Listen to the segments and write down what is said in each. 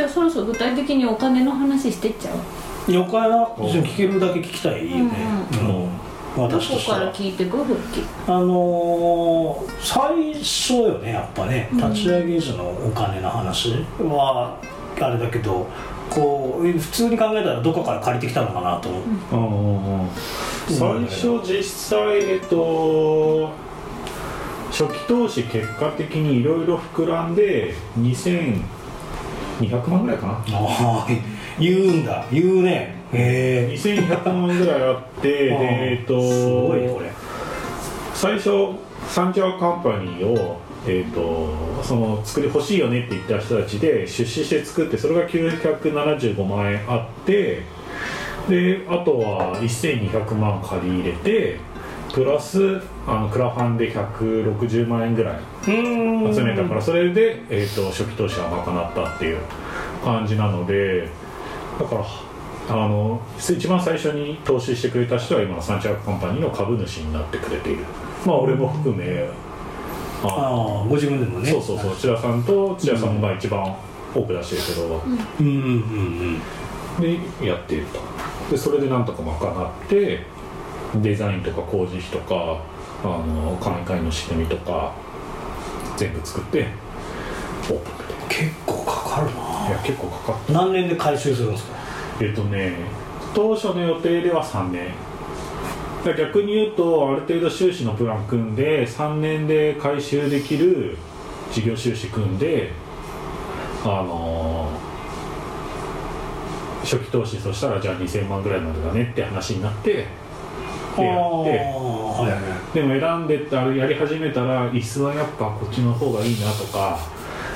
ゃあそろそろ具体的にお金の話してっちゃう妖怪は別に聞けるだけ聞きたいよね、うんど私とこしてからは聞いてく復帰あのー最初よねやっぱねうん立ち上げ時のお金の話はあれだけどこう普通に考えたらどこから借りてきたのかなと思う、うんう最ん初実際えっと初期投資結果的にいろいろ膨らんで2200万ぐらいかなああ言うんだ言うねへえ2200万ぐらいあって でえっとすごいねこれ最初サンキュアカンパニーを、えー、とその作り欲しいよねって言った人たちで出資して作ってそれが975万円あってであとは1200万借り入れてプラスあのクラファンで160万円ぐらい集集めたからそれで、えー、と初期投資は賄ったっていう感じなのでだからあの一番最初に投資してくれた人は今のサンチャークカンパニーの株主になってくれているまあ俺も含めあああご自分でもねそうそうそう千田さんと千田さんが一番多く出してるけど、うんうんでやっているとでそれでなんとか賄ってデザインとか工事費とかあの管理会の仕組みとか全部作ってオープンって結構かかるないや結構かかっ何年で回収するんですかたえっとね当初の予定では3年だから逆に言うとある程度収支のプラン組んで3年で回収できる事業収支組んであのー初期投資そしたらじゃあ2000万ぐらいまでだねって話になってでやってああはいはいでも選んでったやり始めたら椅子はやっぱこっちの方がいいなとか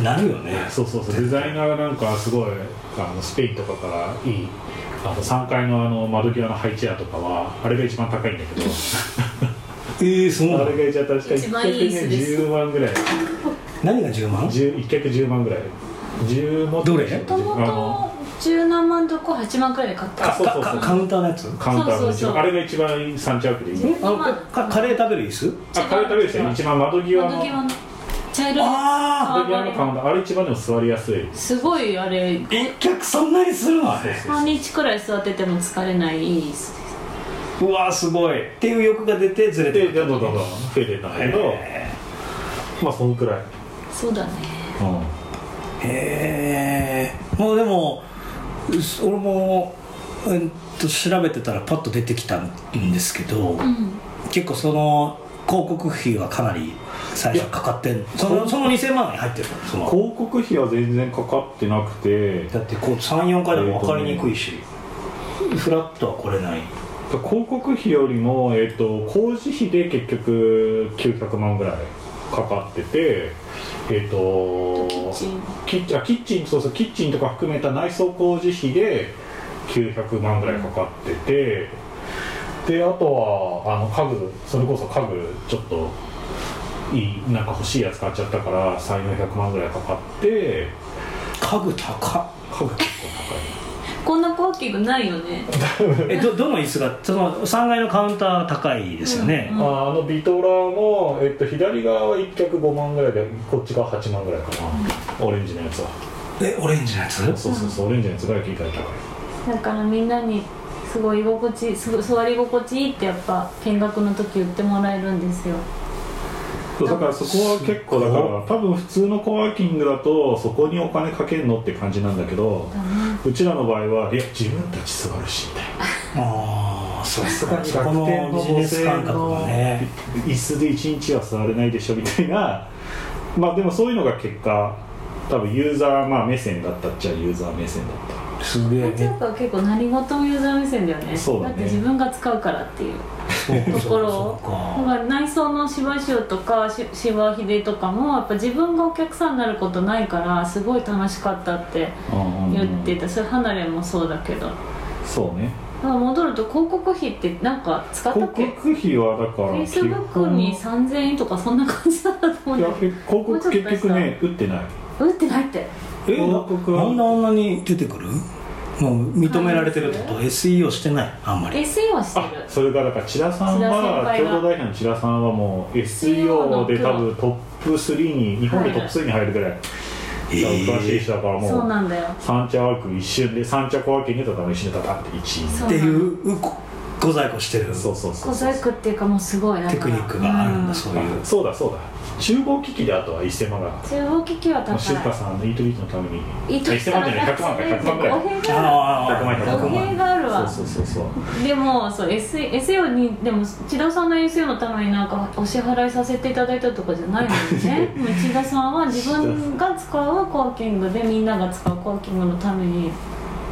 なるよねそうそうそうデザイナーがなんかすごいあのスペインとかからいいあの3階のあの窓際のハイチェアとかはあれが一番高いんだけどええそうなあのれが一番確か一番いい椅子です110万ぐらい何が10万10 1脚10万ぐらい10もっとどれあもとものと17万とこ8万くらいで買ったあそうそうそかうカウンターのやつカウンターそのうそう一そう番あれが一番サンチャークでいいねあのかカレー食べる椅子あカレー食べる人一番窓際の窓際の茶色いあ窓際のカウンターあれ一番でも座りやすいすごいあれあ一脚そんなにするの半日くらい座ってても疲れないいい椅子ですうわすごいっていう欲が出てずれてでるどんどんどんどん増えてたんだけどへまあそのくらい、そうだねうえんへえもうでもう俺も、えっと、調べてたらパッと出てきたんですけど、うん結構その広告費はかなり最初かかってんそのその2000万円入ってるのその広告費は全然かかってなくてだってこう34回でも分かりにくいし、フラットは来れない広告費よりも、えっと工事費で結局900万ぐらいかかっててえっ、とキッチンキッチンあキッチンそうそうキッチンとか含めた内装工事費で900万ぐらいかかってて、であとはあの家具それこそ家具ちょっといいなんか欲しいやつ買っちゃったから3400万ぐらいかかって家具高っ家具結構高いこんな高級具ないよねえどどの椅子がその3階のカウンター高いですよね、うんうんああのビトラも、えっと、左側は1脚5万ぐらいでこっちが8万ぐらいかな、オレンジのやつはえオレンジのやつそうそうそうオレンジのやつが意外と高いだからみんなにすごい居心地すごい座り心地いいってやっぱ見学の時言ってもらえるんですよそうだからそこは結構だから多分普通のコワーキングだとそこにお金かけんのって感じなんだけどだねうちらの場合はいや自分たち座るしみたいなああそうそそこここのビジネス感覚がね椅子で1日は座れないでしょみたいなまあでもそういうのが結果多分ユーザー、まあ、目線だったっちゃユーザー目線だったすげこえっちなんかは結構何事もユーザー目線だよねそうだねって自分が使うからっていうそうかところそうだかから内装の芝生とかし芝秀とかもやっぱ自分がお客さんになることないからすごい楽しかったって言ってたそれ離れもそうだけどだかそうねら戻ると広告費ってなんか使った広っけ告費はだかフらェイス基ブ本ックに3000円とかそんな感じだったと思ういんやだけ広告結局ね打ってないど打ってないってえな広告はなんであんなに出てくるもう認められてるってこと SEO してないあんまり SE はしてあるそれがだから千田さ千ん田先輩はは共同代表の千田さんはもう SEO で多分トップ3に日本でトップ3に入るぐらいおかしい人だからもそううなんだよ三茶ワーク一瞬で三茶小分けにとかも一瞬でパタって1そうっていううこご在庫してるそうそうそ小うそう細工っていうかもうすごいだかテらクニックがあるんだうそういうあそうだそうだ中央機器であとは1000万が中央機器は高い出荷さんのイートイートのためにいいと1000万じゃない100万か100万ぐらいお部屋があーあーあー語弊があるわそうそうそうそうでもそう S SEO にでも千田さんの SEO のためになんかお支払いさせていただいたとかじゃないのに ねもう千田さんは自分が使うコワーキングでみんなが使うコワーキングのために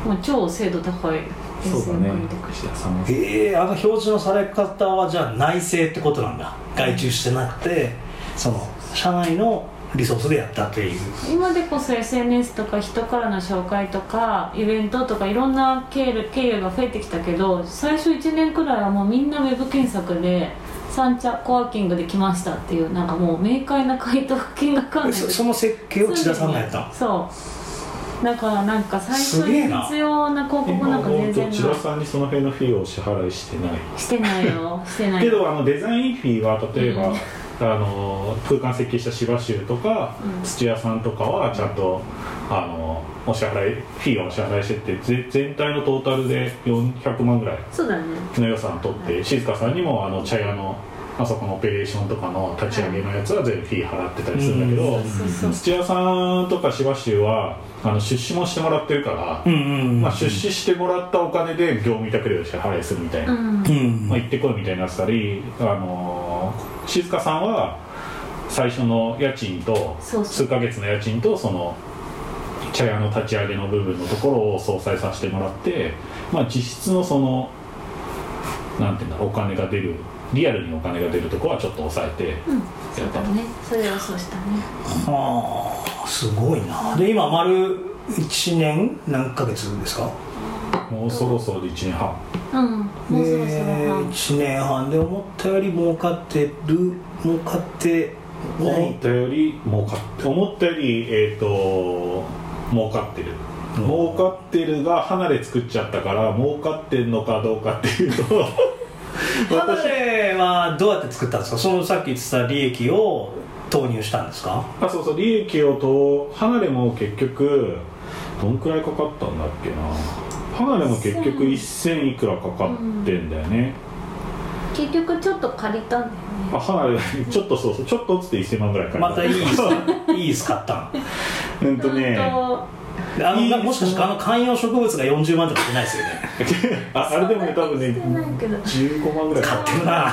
もう超精度高いそう SEO だにね変えてくれ串田さんはえー、あの表示のされ方はじゃあ内製ってことなんだ外注してなくてその社内のリソースでやったっていう今でこそ SNS とか人からの紹介とかイベントとかいろんな経由経由が増えてきたけど最初1年くらいはもうみんなウェブ検索で「三茶コワーキングで来ました」っていうなんかもう明快な回 答金額案内そその設計を千田さんがやったのそうだからなんか最す初げえにな必要な広告今なんか思全うと然ない千田さんにその辺のフィーをお支払いしてないしてない よしてないけどあのデザインフィーは例えば、うんあの空間設計した芝州とか、うん土屋さんとかはちゃんとあのお支払いフィーをお支払いしてってぜ全体のトータルで400万ぐらいそうだねの予算取って静香さんにもあの茶屋のあそこのオペレーションとかの立ち上げのやつは全部フィー払ってたりするんだけど、うんそうそう土屋さんとか芝州はあの出資もしてもらってるから、うんうんうんまあ、出資してもらったお金で業務委託料を支払いするみたいなう、んうんまあ、行ってこいみたいになってたり、あのー静香さんは最初の家賃とそうそう数ヶ月の家賃とその茶屋の立ち上げの部分のところを相殺させてもらって、まあ、実質のそのなんていうんだろうお金が出るリアルにお金が出るところはちょっと抑えてうんやそっうただとねそれをそうしたねはあすごいなで今丸1年何ヶ月ですかもうそろそろで1年半うんもうそろそろ半1年半で思ったより儲かってる儲かってな思いったより儲かって思ったよりえっ、と儲かってるうん儲かってるが離れ作っちゃったから儲かってるのかどうかっていうと 離れはどうやって作ったんですかそのさっき言ってた利益を投入したんですかあそうそう利益をと離れも結局どんくらいかかったんだっけな離れも結局1000いくらかかってんだよね、結局ちょっと借りたんだよねあ離れちょっとそうそうちょっとっつって1000万ぐらいかかまたいい椅子いい椅子買ったうんとね本のあのいい椅子もしかしてあの観葉植物が40万とかしてないですよねああれでもね多分してないけどね15万ぐらいかかった買ってるな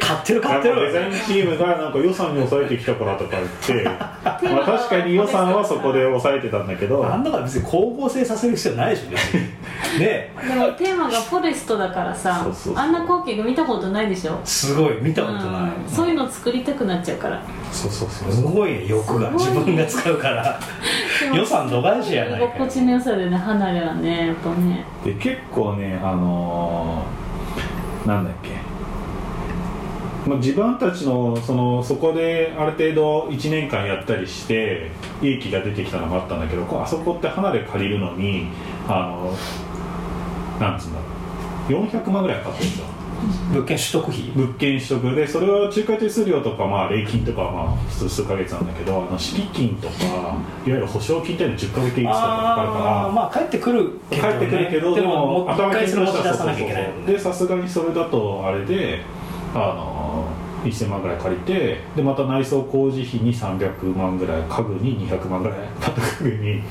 買ってる買ってやっぱるデザインチームがなんか予算に抑えてきたからとか言 って、まあ、確かに予算はそこで抑えてたんだけどなんだから別に光合成させる必要ないでしょ別に ねでもテーマがフォレストだからさそうそうそうあんな光景が見たことないでしょすごい見たことない、うんそういうの作りたくなっちゃうからそうそうそすごいね欲がす自ごいね分が使うから予算度外視やないか心よ地の良さでね離れはねやっぱねで結構ねあのーなんだっけまあ自分たちのそのそこである程度1年間やったりして利益が出てきたのがあったんだけどこうあそこって離れ借りるのにあのなんつうんだろう400万ぐらいかかってるんですよ物件取得費物件取得でそれは中華手数料とか、まあ、礼金とかはまあ普通数ヶ月なんだけどあの敷金とかいわゆる保証金っていうの10ヶ月いくつとかかかるからあーまあ帰ってくるけど、ね、帰ってくるけど、ででもももう一回それ持ち出金としてはさなきゃいけないもんねでさすがにそれだとあれであの1000万ぐらい借りてでまた内装工事費に300万ぐらい家具に200万ぐらいまた家具に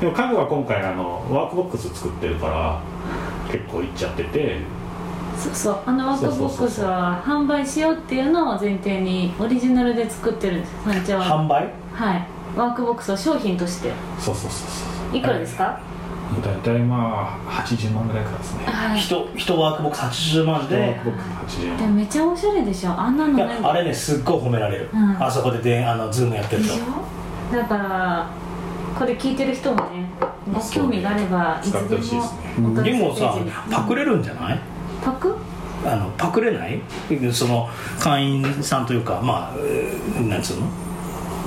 でも家具は今回あのワークボックス作ってるから結構いっちゃっててそうそうあのワークボックスは販売しようっていうのを前提にオリジナルで作ってるんですサンチャは販売はいワークボックスを商品としてそうそうそうそういくらですか大体まあ80万ぐらいからですねはい人人ワークボックス80万ワーでクボックス80万でもめっちゃおしゃれでしょあんなのいないやあれねすっごい褒められる、うんあそこでであのズームやってでるしとょだからこれ聞いてる人もねご興味があればいつ使ってほしいででもすねお問でい合もわせペーさジにパクれるんじゃないパクあのパクれないその会員さんというかまあえーなんつうの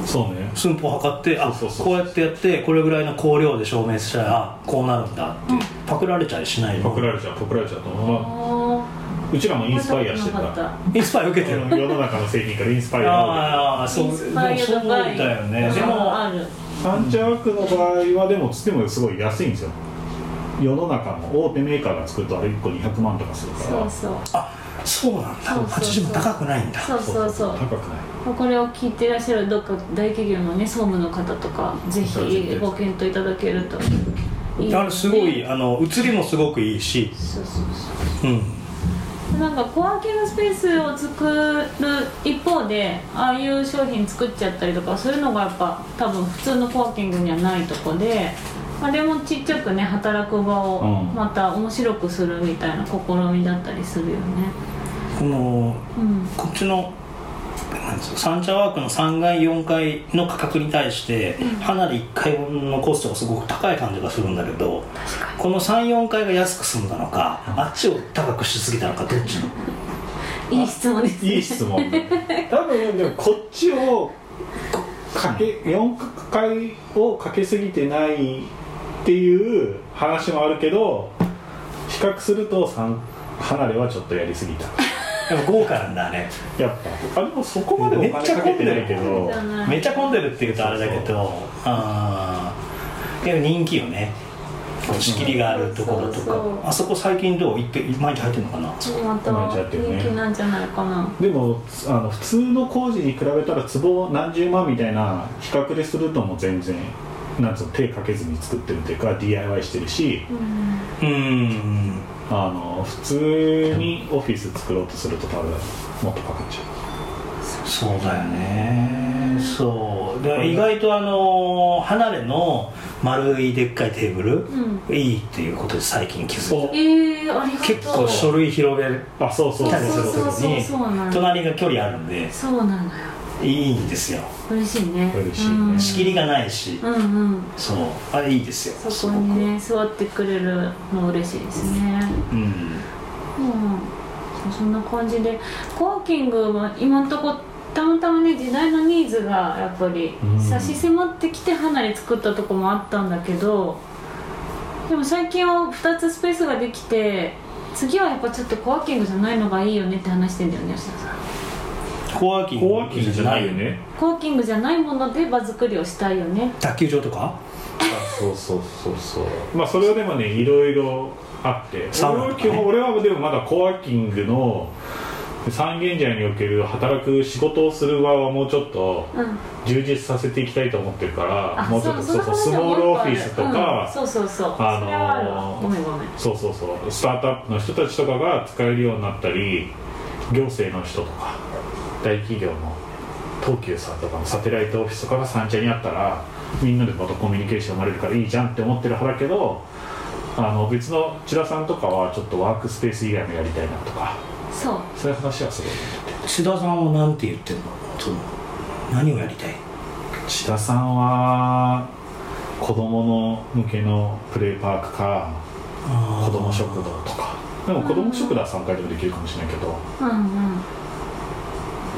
そうね寸法測ってあそうそうそうこうやってやってこれぐらいの光量で証明したらこうなるんだって、うんパクられちゃいしないのパクられちゃうパクられちゃうと思うおーうちらもインスパイアしてなかったたインスパイア受けてる世の中の製品からインスパイアをああそうインでもスパイアそうだよねでもあるサンチャークの場合はでもつってもすごい安いんですよ世の中の大手メーカーが作るとあれ1個200万とかするかそらうそうそうなんだそうそうそう80も高くないんだそうそうそう高くないこれを聞いてらっしゃるどっか大企業のね総務の方とかぜひご検討いただけるといいあのすごいねあの写りもすごくいいし、そうそうそうん、うなんかコワーキングスペースを作る一方でああいう商品作っちゃったりとかそういうのがやっぱ多分普通のコワーキングにはないとこであれもちっちゃくね働く場をうんまた面白くするみたいな試みだったりするよねこのうんこっちのなんですかサンチャワークの3階4階の価格に対して離れ1階分のコストがすごく高い感じがするんだけど確かにこの34階が安く済んだのかあっちを高くしすぎたのかどっちのいい質問ですねいい質問多分でもこっちをこかけ4回をかけすぎてないっていう話もあるけど比較すると三離れはちょっとやりすぎたやっぱ豪華なんだねやっぱあでもそこまでおめっ金ちゃか混けんてでなるいけそうどじゃないめっちゃ混んでるっていうとあれだけどああでも人気よねこう仕切りがあるところとそうそうそうかあそこ最近どう行って毎日入ってるのかなまた人気なんじゃないかなでもあの普通の工事に比べたら壺何十万みたいな比較でするともう全然なんつうの手かけずに作ってるっていうか DIY してるしうんうんあの普通にオフィス作ろうとすると多分もっとかかっちゃうそうだよねそうで意外とあの離れの丸いでっかいテーブルうんいいっていうことで最近気づいえー、ありがとうた結構書類広げあそうそそうそうたうりすそるうそうときにそうなんだ隣が距離あるんでそうなのよいいんですよ嬉しいね嬉しいねうん、仕切りがないしうんうんそうあれいいですよそこにね座ってくれるの嬉しいですねうんうんそんな感じでコワーキングは今んとこたまたまね時代のニーズがやっぱりうん差し迫ってきて離れ作ったとこもあったんだけどでも最近は2つスペースができて次はやっぱちょっとコワーキングじゃないのがいいよねって話してんだよね吉田さんコワーキングコワーキングじゃないよねコワーキングじゃないもので場作りをしたいよね卓球場とかそうそうそうそうまあそれはでもねいろいろあってサウナ俺はとか基ね本俺はでもまだコワーキングの三軒茶屋における働く仕事をする側はもうちょっとうん充実させていきたいと思ってるからあもうちょっとそうそうスの話モはールもオう一個あフるィスとうんか、そうそうそう、あのーそれはあるわごめんごめんそうそうそうスタートアップの人たちとかが使えるようになったり行政の人とか大企業の東急さんとかのサテライトオフィスとかが三茶にあったらみんなでまたコミュニケーション生まれるからいいじゃんって思ってる派だけどあの別の千田さんとかはちょっとワークスペース以外もやりたいなとかそうそういう話はすごい津田さんはなんて言ってんのその何をやりたい千田さんは子供の向けのプレイパークか子子供食堂とかでも子供食堂は3回でもできるかもしれないけどうんうん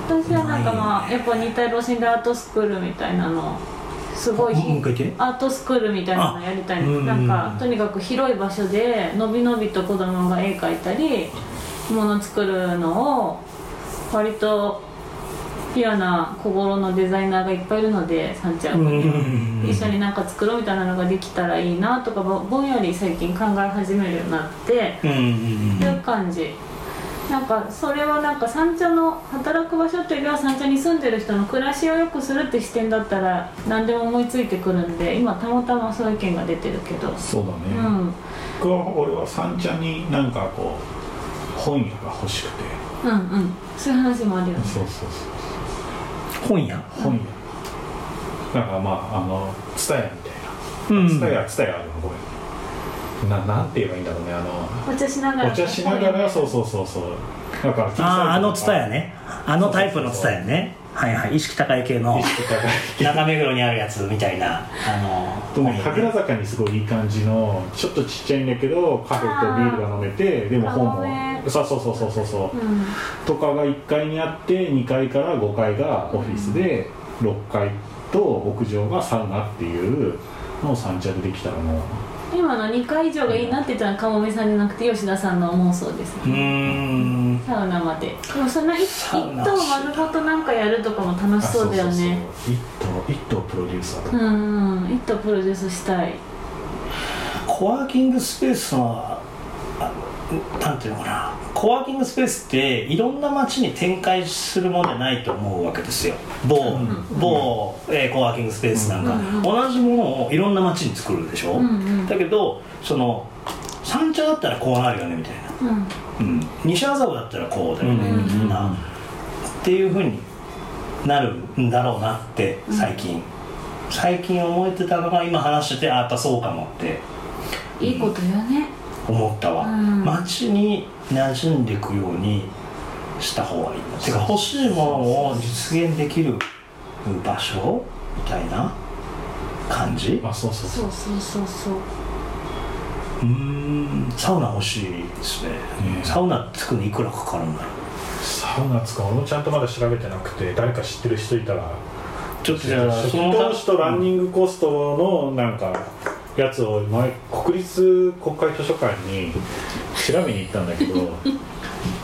私はなんかまあやっぱ似た路線でアートスクールみたいなのすごいもう一回言ってアートスクールみたいなのやりたいあうんなんかとにかく広い場所でのびのびと子供が絵描いたり物作るのを割とピュアな小頃のデザイナーがいっぱいいるのでさんちゃんうん一緒になんか作ろうみたいなのができたらいいなとかぼぼんやり最近考え始めるようになってうんうんっていう感じなんかそれはなんか三茶の働く場所というよりは三茶に住んでる人の暮らしを良くするって視点だったら何でも思いついてくるんで今たまたまそういう意見が出てるけどうそうだね、ん僕は俺は三茶になんかこう本屋が欲しくてうんうんそういう話もあるよねそうそうそ本屋う本屋なんかまああの蔦屋みうたいな蔦屋蔦屋あるのごめんななんて言えばいいんだろうねあのお茶しながらお茶しながらそうそうそうそうなんかあああのツタヤねねあのタイプのツタヤねはいはい意識高い系の意識高い中目黒にあるやつみたいなあでのも神楽坂にすごいいい感じのちょっとちっちゃいんだけどカフェとビールが飲めてでも本カフもェそうそうそうそうそうそううんとかが1階にあって2階から5階がオフィスで6階と屋上がサウナっていうのを三茶でできたらもう今の2回以上がいいなって言ったのはかもめさんじゃなくて吉田さんの妄想ですうーんサウナまででもそんな一サウナ一棟丸ごとなんかやるとかも楽しそうだよねあそうそうそう一頭一頭プロデューサーとうか、んうん一棟プロデュースしたいコワーキングスペースはあなんていうのかなコワーキングスペースっていろんな街に展開するものじゃないと思うわけですよ某、ん某、えーコワーキングスペースなんか、うん同じものをいろんな街に作るでしょ、うんうんだけどその三茶だったらこうなるよねみたいな、うんうん、西麻布だったらこうだよね、うんみんなっていうふうになるんだろうなって最近、最近思えてたのが今話しててあやっぱそうかもっていいことよね思ったわ、うん街に馴染んでいくようにした方がいいなてか欲しいものを実現できる場所みたいな感じあそうそうそうそうそうそうそううーんサウナ欲しいですね、ねサウナ作るのいくらかかるんだろうサウナ使う俺もちゃんとまだ調べてなくて誰か知ってる人いたらちょっとじゃあ初そ期の投資とランニングコストのなんかやつを前国立国会図書館に調べに行ったんだけ ど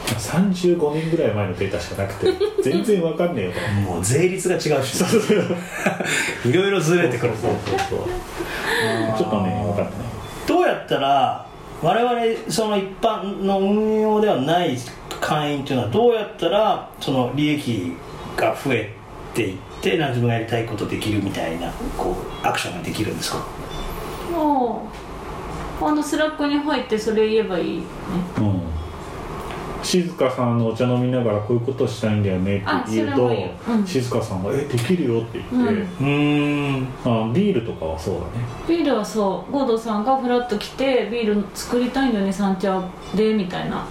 35年ぐらい前のデータしかなくて全然わかんねえよともう税率が違うしいろいろずれてくるそうそうそうそうちょっとね分かんないどうやったら我々その一般の運用ではない会員というのはどうやったらその利益が増えていってなんか自分がやりたいことできるみたいなこうアクションができるんですかもうあのスラックに入ってそれ言えばいいねうん静香さんのお茶飲みながらこういうことしたいんだよねって言うあそれもといいようん静香さんが「えできるよ」って言っうて、んうーんあビールとかはそうだねビールはそうゴードさんがフラッと来てビール作りたいんだよね三茶でみたいな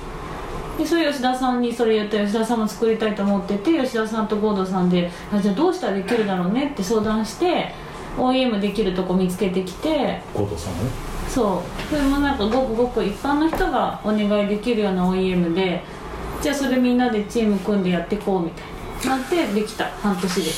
でそれ吉田さんにそれ言って吉田さんも作りたいと思ってて吉田さんとゴードさんであじゃあどうしたらできるだろうねって相談して OEM できるとこ見つけてきて後藤さんもねそうそれもなんかごくごく一般の人がお願いできるような OEM でじゃあそれみんなでチーム組んでやっていこうみたいななってできた半年で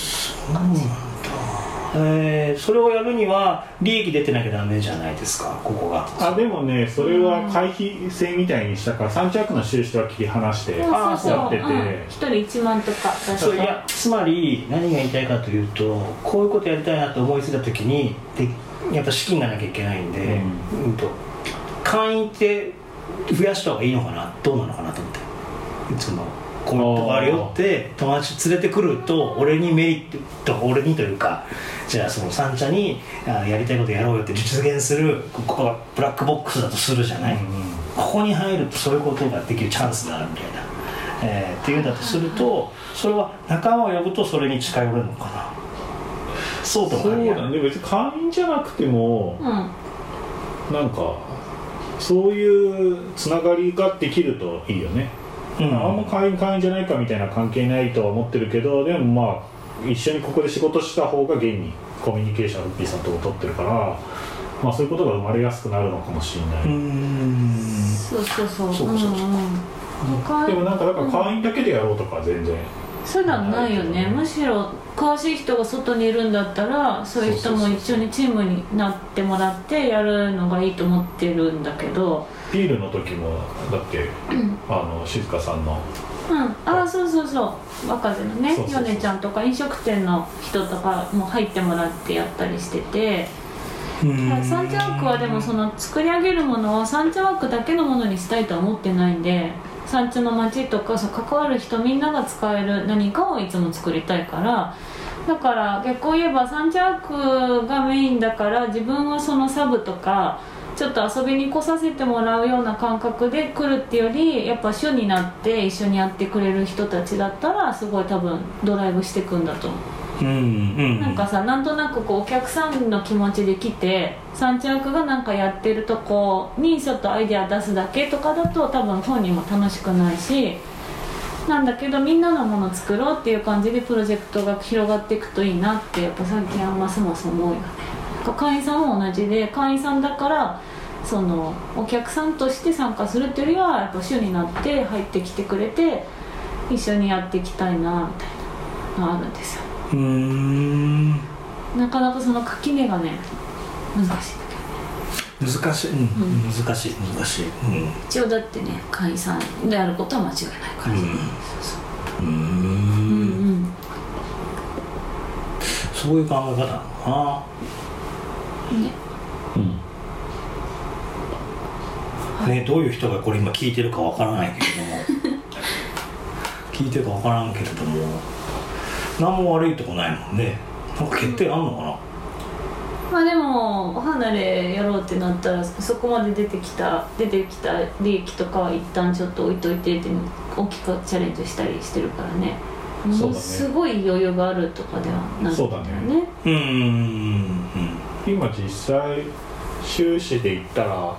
えーそれをやるには利益出てなきゃダメじゃないですかここがあでもねそれは回避制みたいにしたから3着の収支は切り離してあーそうやそっうそてう、てうん、一人1万とか出そうしいたやつまり何が言いたいかというとこういうことやりたいなと思いついた時にでやっぱ資金がなきゃいけないんで、うんと会員って増やした方がいいのかなどうなのかなと思ってそのこういうとこあるよって友達連れてくると俺にメリット俺にというかじゃあその三茶にあやりたいことやろうよって実現するここがブラックボックスだとするじゃない、ここに入るとそういうことができるチャンスがあるみたいな、えーっていうんだとするとそれは仲間を呼ぶとそれに近寄るのかなそうともそう限らだないね別に会員じゃなくてもうんなんかそういうつながりができるといいよね、うんあんま会員会員じゃないかみたいな関係ないとは思ってるけどでもまあ一緒にここで仕事した方が現にコミュニケーションルッピーさんとも取ってるから、まあ、そういうことが生まれやすくなるのかもしれない、うーんそうそうそうそううそうそうんうん他でもなんかだから会員だけでやろうとかは全然、そういうのはないよねむしろ詳しい人が外にいるんだったらそういう人も一緒にチームになってもらってやるのがいいと思ってるんだけどビールの時もだって、あの静香さんのうんああそうそうそう若手のねそうそうそうヨネちゃんとか飲食店の人とかも入ってもらってやったりしててサンチャワークはでもその作り上げるものをサンチャワークだけのものにしたいとは思ってないんで産地の街とかそう関わる人みんなが使える何かをいつも作りたいからだから逆を言えばサンチャワークがメインだから自分はそのサブとかちょっと遊びに来させてもらうような感覚で来るってよりやっぱ主になって一緒にやってくれる人たちだったらすごい多分ドライブしてくんだと思う。うんうんなんかさなんとなくこうお客さんの気持ちで来て三着がなんかやってるとこにちょっとアイデア出すだけとかだと多分本人も楽しくないしなんだけどみんなのもの作ろうっていう感じでプロジェクトが広がっていくといいなってやっぱ最近はますます思うよね会員さんも同じで会員さんだからそのお客さんとして参加するっていうよりはやっぱ主になって入ってきてくれて一緒にやっていきたいなみたいなのがあるんですようーんなかなかその垣根がね難しいんだけど難しい、うん難しい難しい、うん一応だってね会員さんであることは間違いないから、うんうーんうんうんそういう考え方なのかなねうんね、どういう人がこれ今聞いてるかわからないけれど も聞いてるかわからんけれども何も悪いとこないもんねなんか欠点あんのかな、まあでもお離れやろうってなったらそこまで出てきた出てきた利益とかは一旦ちょっと置いといてって大きくチャレンジしたりしてるからねもそうだねのすごい余裕があるとかではないそうだねねうんうんうん今実際収支で言ったら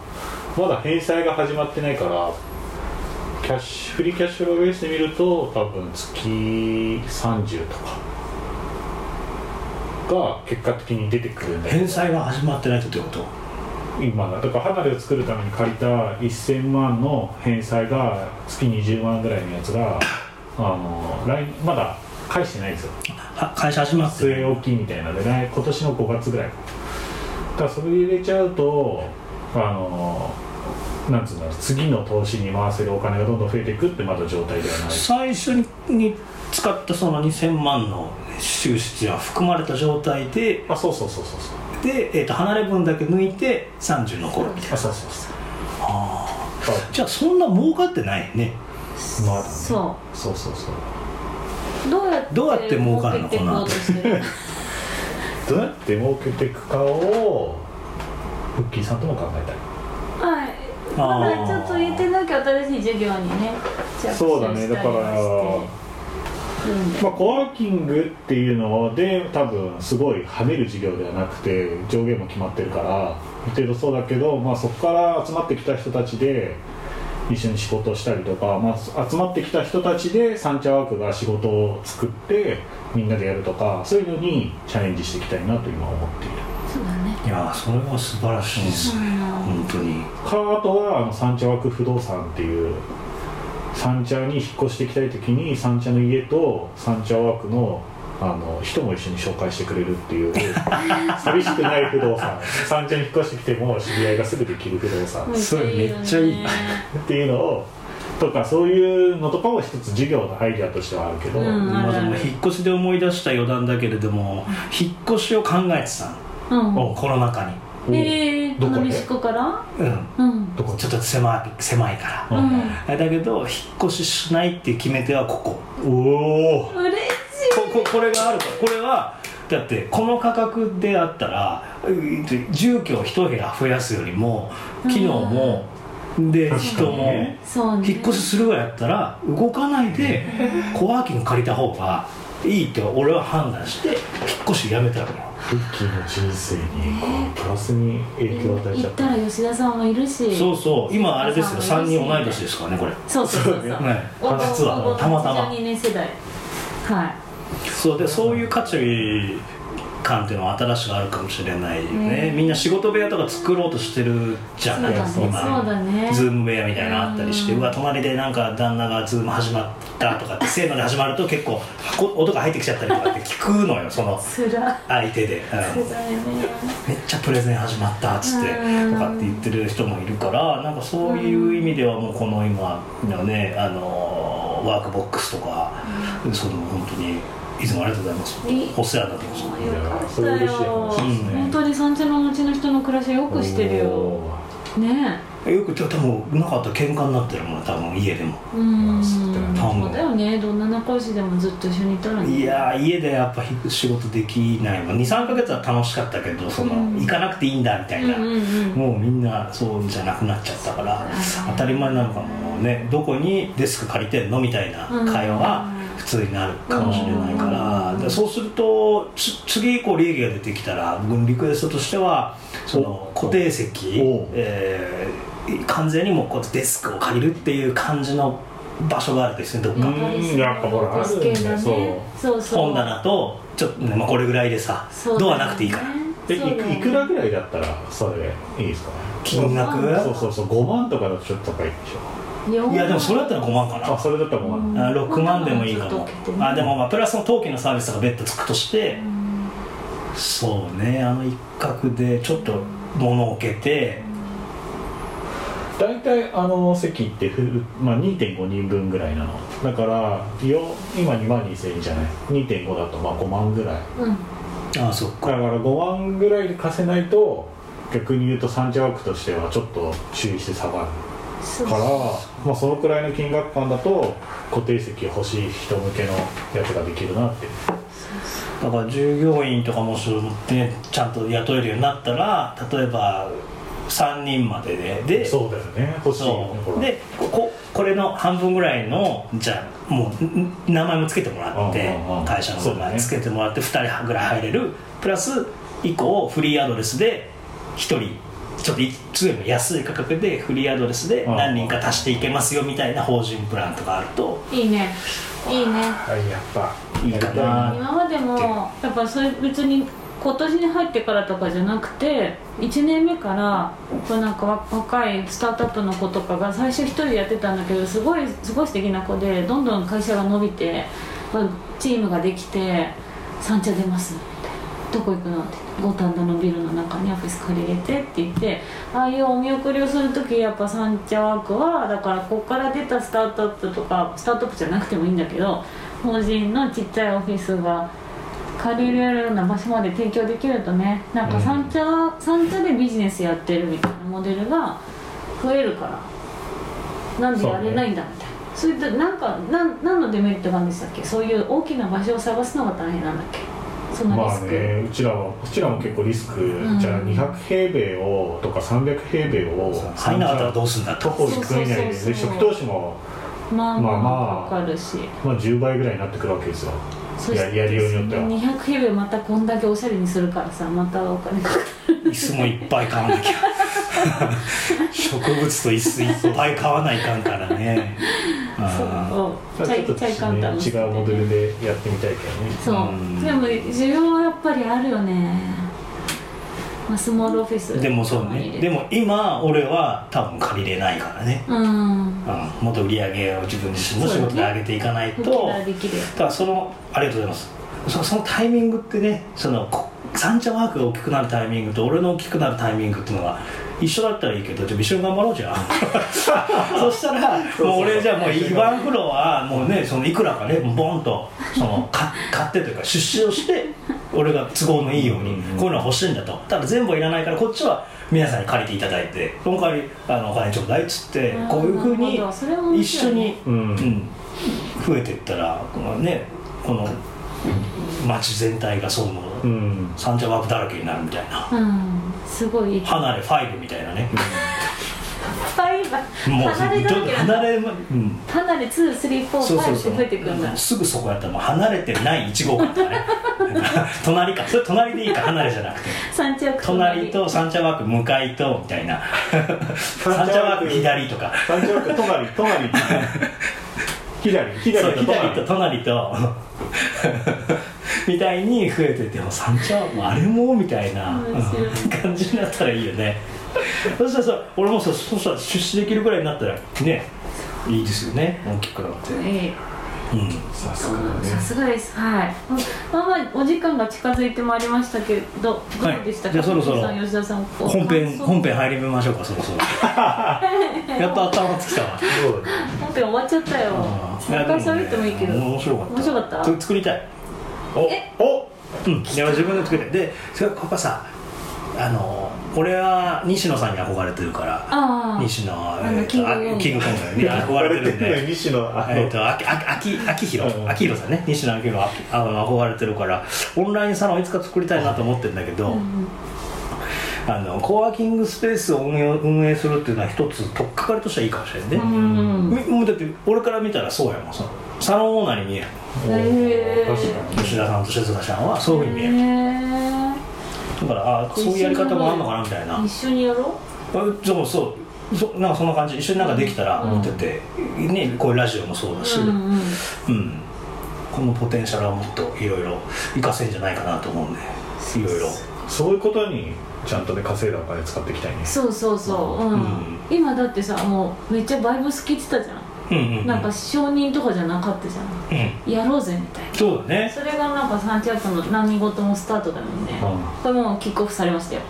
まだ返済が始まってないからキャッシュフリーキャッシュフローベースで見ると多分月30とかが結果的に出てくるんだけど返済が始まってないってこと今だだから離れを作るために借りた1000万の返済が月20万ぐらいのやつがあの来まだ返してないんですよは会社始まって据え置きみたいなので来今年の5月ぐらいだからそれ入れちゃうとあのなんつうんだろう次の投資に回せるお金がどんどん増えていくってまだ状態ではない最初に使ったその2000万の収支は含まれた状態であそうそうそうそうそうで、えー、と離れ分だけ抜いて30残るみたいなあそうそうそうああーじゃあそんな儲かってないねまだねそそうそうそううどうやってどうやって儲かるのか儲けていこうなとしてるどうやって儲けていくかをフッキーさんとも考えたいはいまだちょっと入れてなきゃ新しい授業にね着手そうだねだかしたらりはしてるんでまあ、コワーキングっていうので多分すごい跳ねる事業ではなくて上限も決まってるからある程度そうだけど、まあ、そこから集まってきた人たちで一緒に仕事をしたりとか、まあ、集まってきた人たちでサンチャワークが仕事を作ってみんなでやるとかそういうのにチャレンジしていきたいなと今思っているそうだねいやーそれは素晴らしいですね本当にかあとはあの三茶枠不動産っていう三茶に引っ越していきたい時に三茶の家と三茶枠のあの人も一緒に紹介してくれるっていう寂しくない不動産三茶に引っ越してきても知り合いがすぐできる不動産うんそれめっちゃいいよねっていうのをとかそういうのとかも一つ事業のアイデアとしてはあるけど、うんまああるであるも引っ越しで思い出した余談だけれども引っ越しを考えてたうんのコロナ禍に、えー、どここでの息子からうん、うんどこちょっと狭い狭いかううんんらだけど引っ越ししないっていう決め手はここおお嬉しこここれがあるからこれはだってこの価格であったらうん住居を一部屋増やすよりも機能もで確か人もにねいそうね引っ越しするぐらいだったら動かないでコワーキング借りた方がいいって俺は判断して引っ越しやめたのよクッキーの人生にこうプラスに影響を与えち行ゃっったたら吉田さんもいるしそううそう今あれですよそう3人同い年ですからねこれそうそうそうそうそうねお実はたまたま12年世代はいそうでそういう価値観っていうのは新しくあるかもしれないよね、ねみんな仕事部屋とか作ろうとしてるじゃないですそうだねそうだねズーム部屋みたいなのあったりして、ううんわ隣でなんか旦那がズーム始まったとかって せーので始まると結構こ音が入ってきちゃったりとかって聞くのよそのつら相手で、うん世代ねめっちゃプレゼン始まったっつってうんとかって言ってる人もいるからなんかそういう意味ではもうこの今のねあのワークボックスとかその本当にいつもありがとうございますいお世話になってますあよかったいやそれ嬉しいよ話ですね本当に三茶のお家の人の暮らしよくしてるよおーねよく多分なかったら喧嘩になってるもん多分家でもえうんそうだよねそうだよねどんな仲良しでもずっと一緒にいたらねいやー家でやっぱ仕事できない23ヶ月は楽しかったけどその、うん行かなくていいんだみたういんな、うんうんもうみんなそうじゃなくなっちゃったからそうだね当たり前なのかもねどこにデスク借りてんのみたいな会話は普通になるかもしれないから,、うんでそうするとつ次以降利益が出てきたら僕のリクエストとしてはその固定席お、えー完全にもうこうデスクを借りるっていう感じの場所があるとですねどっか。うんやっぱほらあるんだよそうそうそう本棚とちょっと、ねまあ、これぐらいでさ、そうだドよねアなくていいからえいそうだよくねいくらぐらいだったらそれいいですかね金額うんそうそうそう5万とかだとちょっと高いでしょいやでもそれだったら5万かなあそれだったら5万、あ6万でもいいかちょっもと受けてねあでもまあプラスの登記のサービスとか別途つくとしてうんそうねあの一角でちょっと物を置けて大体あの席ってふ、まあ、2.5人分ぐらいなのだからよ今2万2000円じゃない2.5だとまあ5万ぐらいうんああそっだかから5万ぐらいで貸せないと逆に言うとサンチャワクとしてはちょっと注意して下がるそうから、まあ、そのくらいの金額感だと固定席欲しい人向けのやつができるなってだから従業員とかもそう思ってちゃんと雇えるようになったら例えば3人までででそうだよね欲しいよそうねこれでこここれの半分ぐらいのじゃあもうん名前もつけてもらってうんうんうん会社の名そうだね前つけてもらって2人ぐらい入れるプラス以降フリーアドレスで1人ちょっといつよりも安い価格でフリーアドレスでうんうん何人か足していけますよみたいな法人プランとかあるといいねいいねはいやっぱいいかな今までもやっぱそれ別に今年に入ってからとかじゃなくて1年目からこうなんかわ若いスタートアップの子とかが最初1人でやってたんだけどすごいすごい素敵な子でどんどん会社が伸びてまあチームができて「三茶出ます」みたいな「どこ行くの?」って「五反田のビルの中にオフィス借りれて」って言ってああいうお見送りをする時やっぱ三茶ワークはだからここから出たスタートアップとかスタートアップじゃなくてもいいんだけど法人のちっちゃいオフィスが借りれるような場所まで提供できるとねなんか三茶,、三茶でビジネスやってるみたいなモデルが増えるからなんでやれないんだみたいなそ,、れでなんかなん何のデメリットがあるんでしたっけそういう大きな場所を探すのが大変なんだっけそのリまあスク、ねうちらはうちらも結構リスク、んじゃあ200平米をとか300平米を入んなかったらどうすんだ徒と歩1分以内でそうそうそうでそう初期投資も、まあまあままああかかるし、まあ、10倍ぐらいになってくるわけですよそややりようによってはその200平米またこんだけおしゃれにするからさまたお金かかる椅子もいっぱい買わな きゃ 植物と椅子いっぱい買わないかんからねあーそうチちャょっとイチャイカウンターも違うモデルでやってみたいけどねそううんでも需要はやっぱりあるよね、まあ、スモールオフィスでもそうねでもも今俺は多分借りれないからね、うんうん、もっと売り上げを自分自身の仕事で上げていかないと受けられできるだからそのありがとうございますそそのタイミングってねそのこ三茶ワークが大きくなるタイミングと俺の大きくなるタイミングっていうのが一緒だったらいいけどじゃあ一緒に頑張ろうじ ゃんそしたらもう俺じゃあもうイワンフロアもうねそのいくらかねボンとその か買ってというか出資をして俺が都合のいいようにうんこういうのは欲しいんだとただ全部はいらないからこっちは皆さんに借りていただいてその代わりあのお金ちょうだいっつってうんこういうふうになるほどそれも面一白緒いねにうんうん、増えていったらこのねこの町全体がそうのうん、三茶ワークだらけになるみたいなうんすごいいい離れ5みたいなねぱい今もう離れだらけなんだ離れ、うん、離れそうそう2345ってそう増えてくるんだすぐそこやったらもう離れてない1号館とかね 隣かそれ隣でいいか離れじゃなくて三着隣と三茶ワーク向かいとみたいな三三茶茶ワーワークク左とか三条区隣隣左そう左と左と隣隣 とみたいに増えてても三茶もあれもみたいな面白いうん感じになったらいいよねそしたらさ俺もさそしたら出資できるぐらいになったらねいいですよね大きくなって、うん、ええさすがだねさすがですはいまあまあお時間が近づいてまいりましたけどどうでしたか、じゃあそろそろ藤井さん吉田さんこう本編感想本編入りましょうかそろそ ろやっと頭つきたわそうだね本編終わっちゃったよもう一回喋ってもいいけどやでね面白かった面白かったつ作りたいおおうん、でも自分で作れでそれここさあの俺は西野さんに憧れてるからああ西野のえーとキングコングあキングコングに憧れてるんのよで西野あのえーとあきあきあきひろうんあきひろさんね西野あきひろあきあの憧れてるからオンラインサロンいつか作りたいなと思ってるんだけど、うんあのコワーキングスペースを運営運営するっていうのは一つ取っかかりとしてはいいかもしれんね、うんみもうだって俺から見たらそうやもんそのサロンオーナーに見えるへー確かに吉田さんと静香ちゃんはそういうふうに見える、へだからあそういうやり方もあるのかなみたいなー一緒にやろあそうそうそなんかそんな感じ一緒になんかできたらうん思ってて、ねこういうラジオもそうだうし、ううんんうんこのポテンシャルはもっといろいろ活かせんじゃないかなと思うんでいろいろそういうことにちゃんとね稼いだお金使っていきたいねそうそうそううん、うん今だってさもうめっちゃバイブ好きってたじゃん、うんうんなんか承認とかじゃなかったじゃんうんやろうぜみたいなそうだねそれがなんかサンチャートの何事もスタートだもんね、うこれもうキックオフされましたよ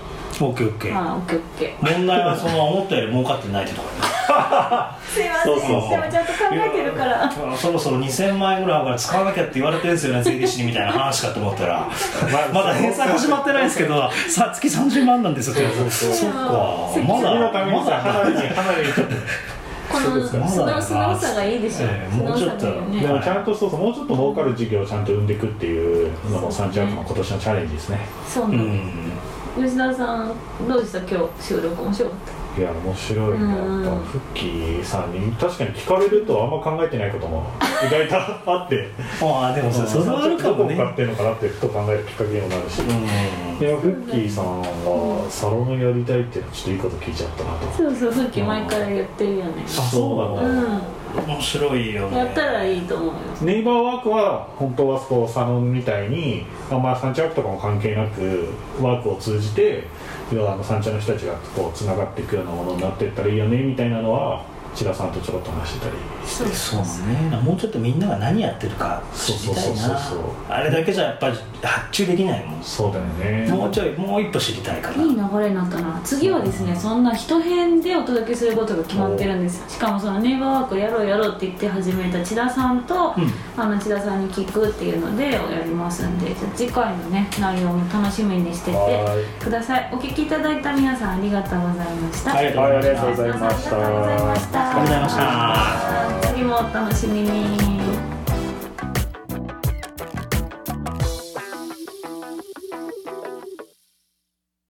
オッケーオッケーあオッケーオッケ問題はその思ったより儲かってないってところーすいませそんうそうでもちゃんと考えてるからいや そろそろ2000万円ぐらいは使わなきゃって言われてるんですよね税理士にみたいな話かと思ったら まだ返済始まってないんですけどさ月30万なんですよってそうそうそっかそうま君のだためにまさ離だれに離れにちょっとこのそう素ですかまだだな直素直さがいいでしょ、ええもうちょっと素直さがいいでよねもちゃんとそうそうもうちょっと儲かる事業をちゃんと生んでいくっていうのも三千億の今年のチャレンジですねそううなの、ん吉田さんどうでした今日収録面白かっいや面白いねうんやっぱフッキーさんに確かに聞かれるとあんま考えてないことも意外とあってまあでもそそれはあるかもねどこ向ってるのかなってふと考えるきっかけにもなるしうんいやフッキーさんがサロンやりたいっていうのはちょっといいこと聞いちゃったなとたそうそう風紀毎回言ってるよねあそううなんだん面白いよねやったらいいと思うよネイバーワークは本当はそこサロンみたいにあんま三茶とかも関係なくワークを通じて要はあの三茶の人たちがこうつながっていくようなものになっていったらいいよねみたいなのは千田さんとちょろっと話してたりそうそうねもうちょっとみんなが何やってるか知りたいそうそうなそうそうあれだけじゃやっぱり発注できないもんそうだよねもうちょいもう一歩知りたいからいい流れになったな次はですねそんな一編でお届けすることが決まってるんですしかもそのネイバーワークやろうやろうって言って始めた千田さんと、うんあの千田さんに聞くっていうのでやりますんでじゃあ次回のね内容も楽しみにしててはいくださいお聞きいただいた皆さんありがとうございましたありがとうございますはいありがとうございましたありがとうございましたありがとうございました次もお楽しみに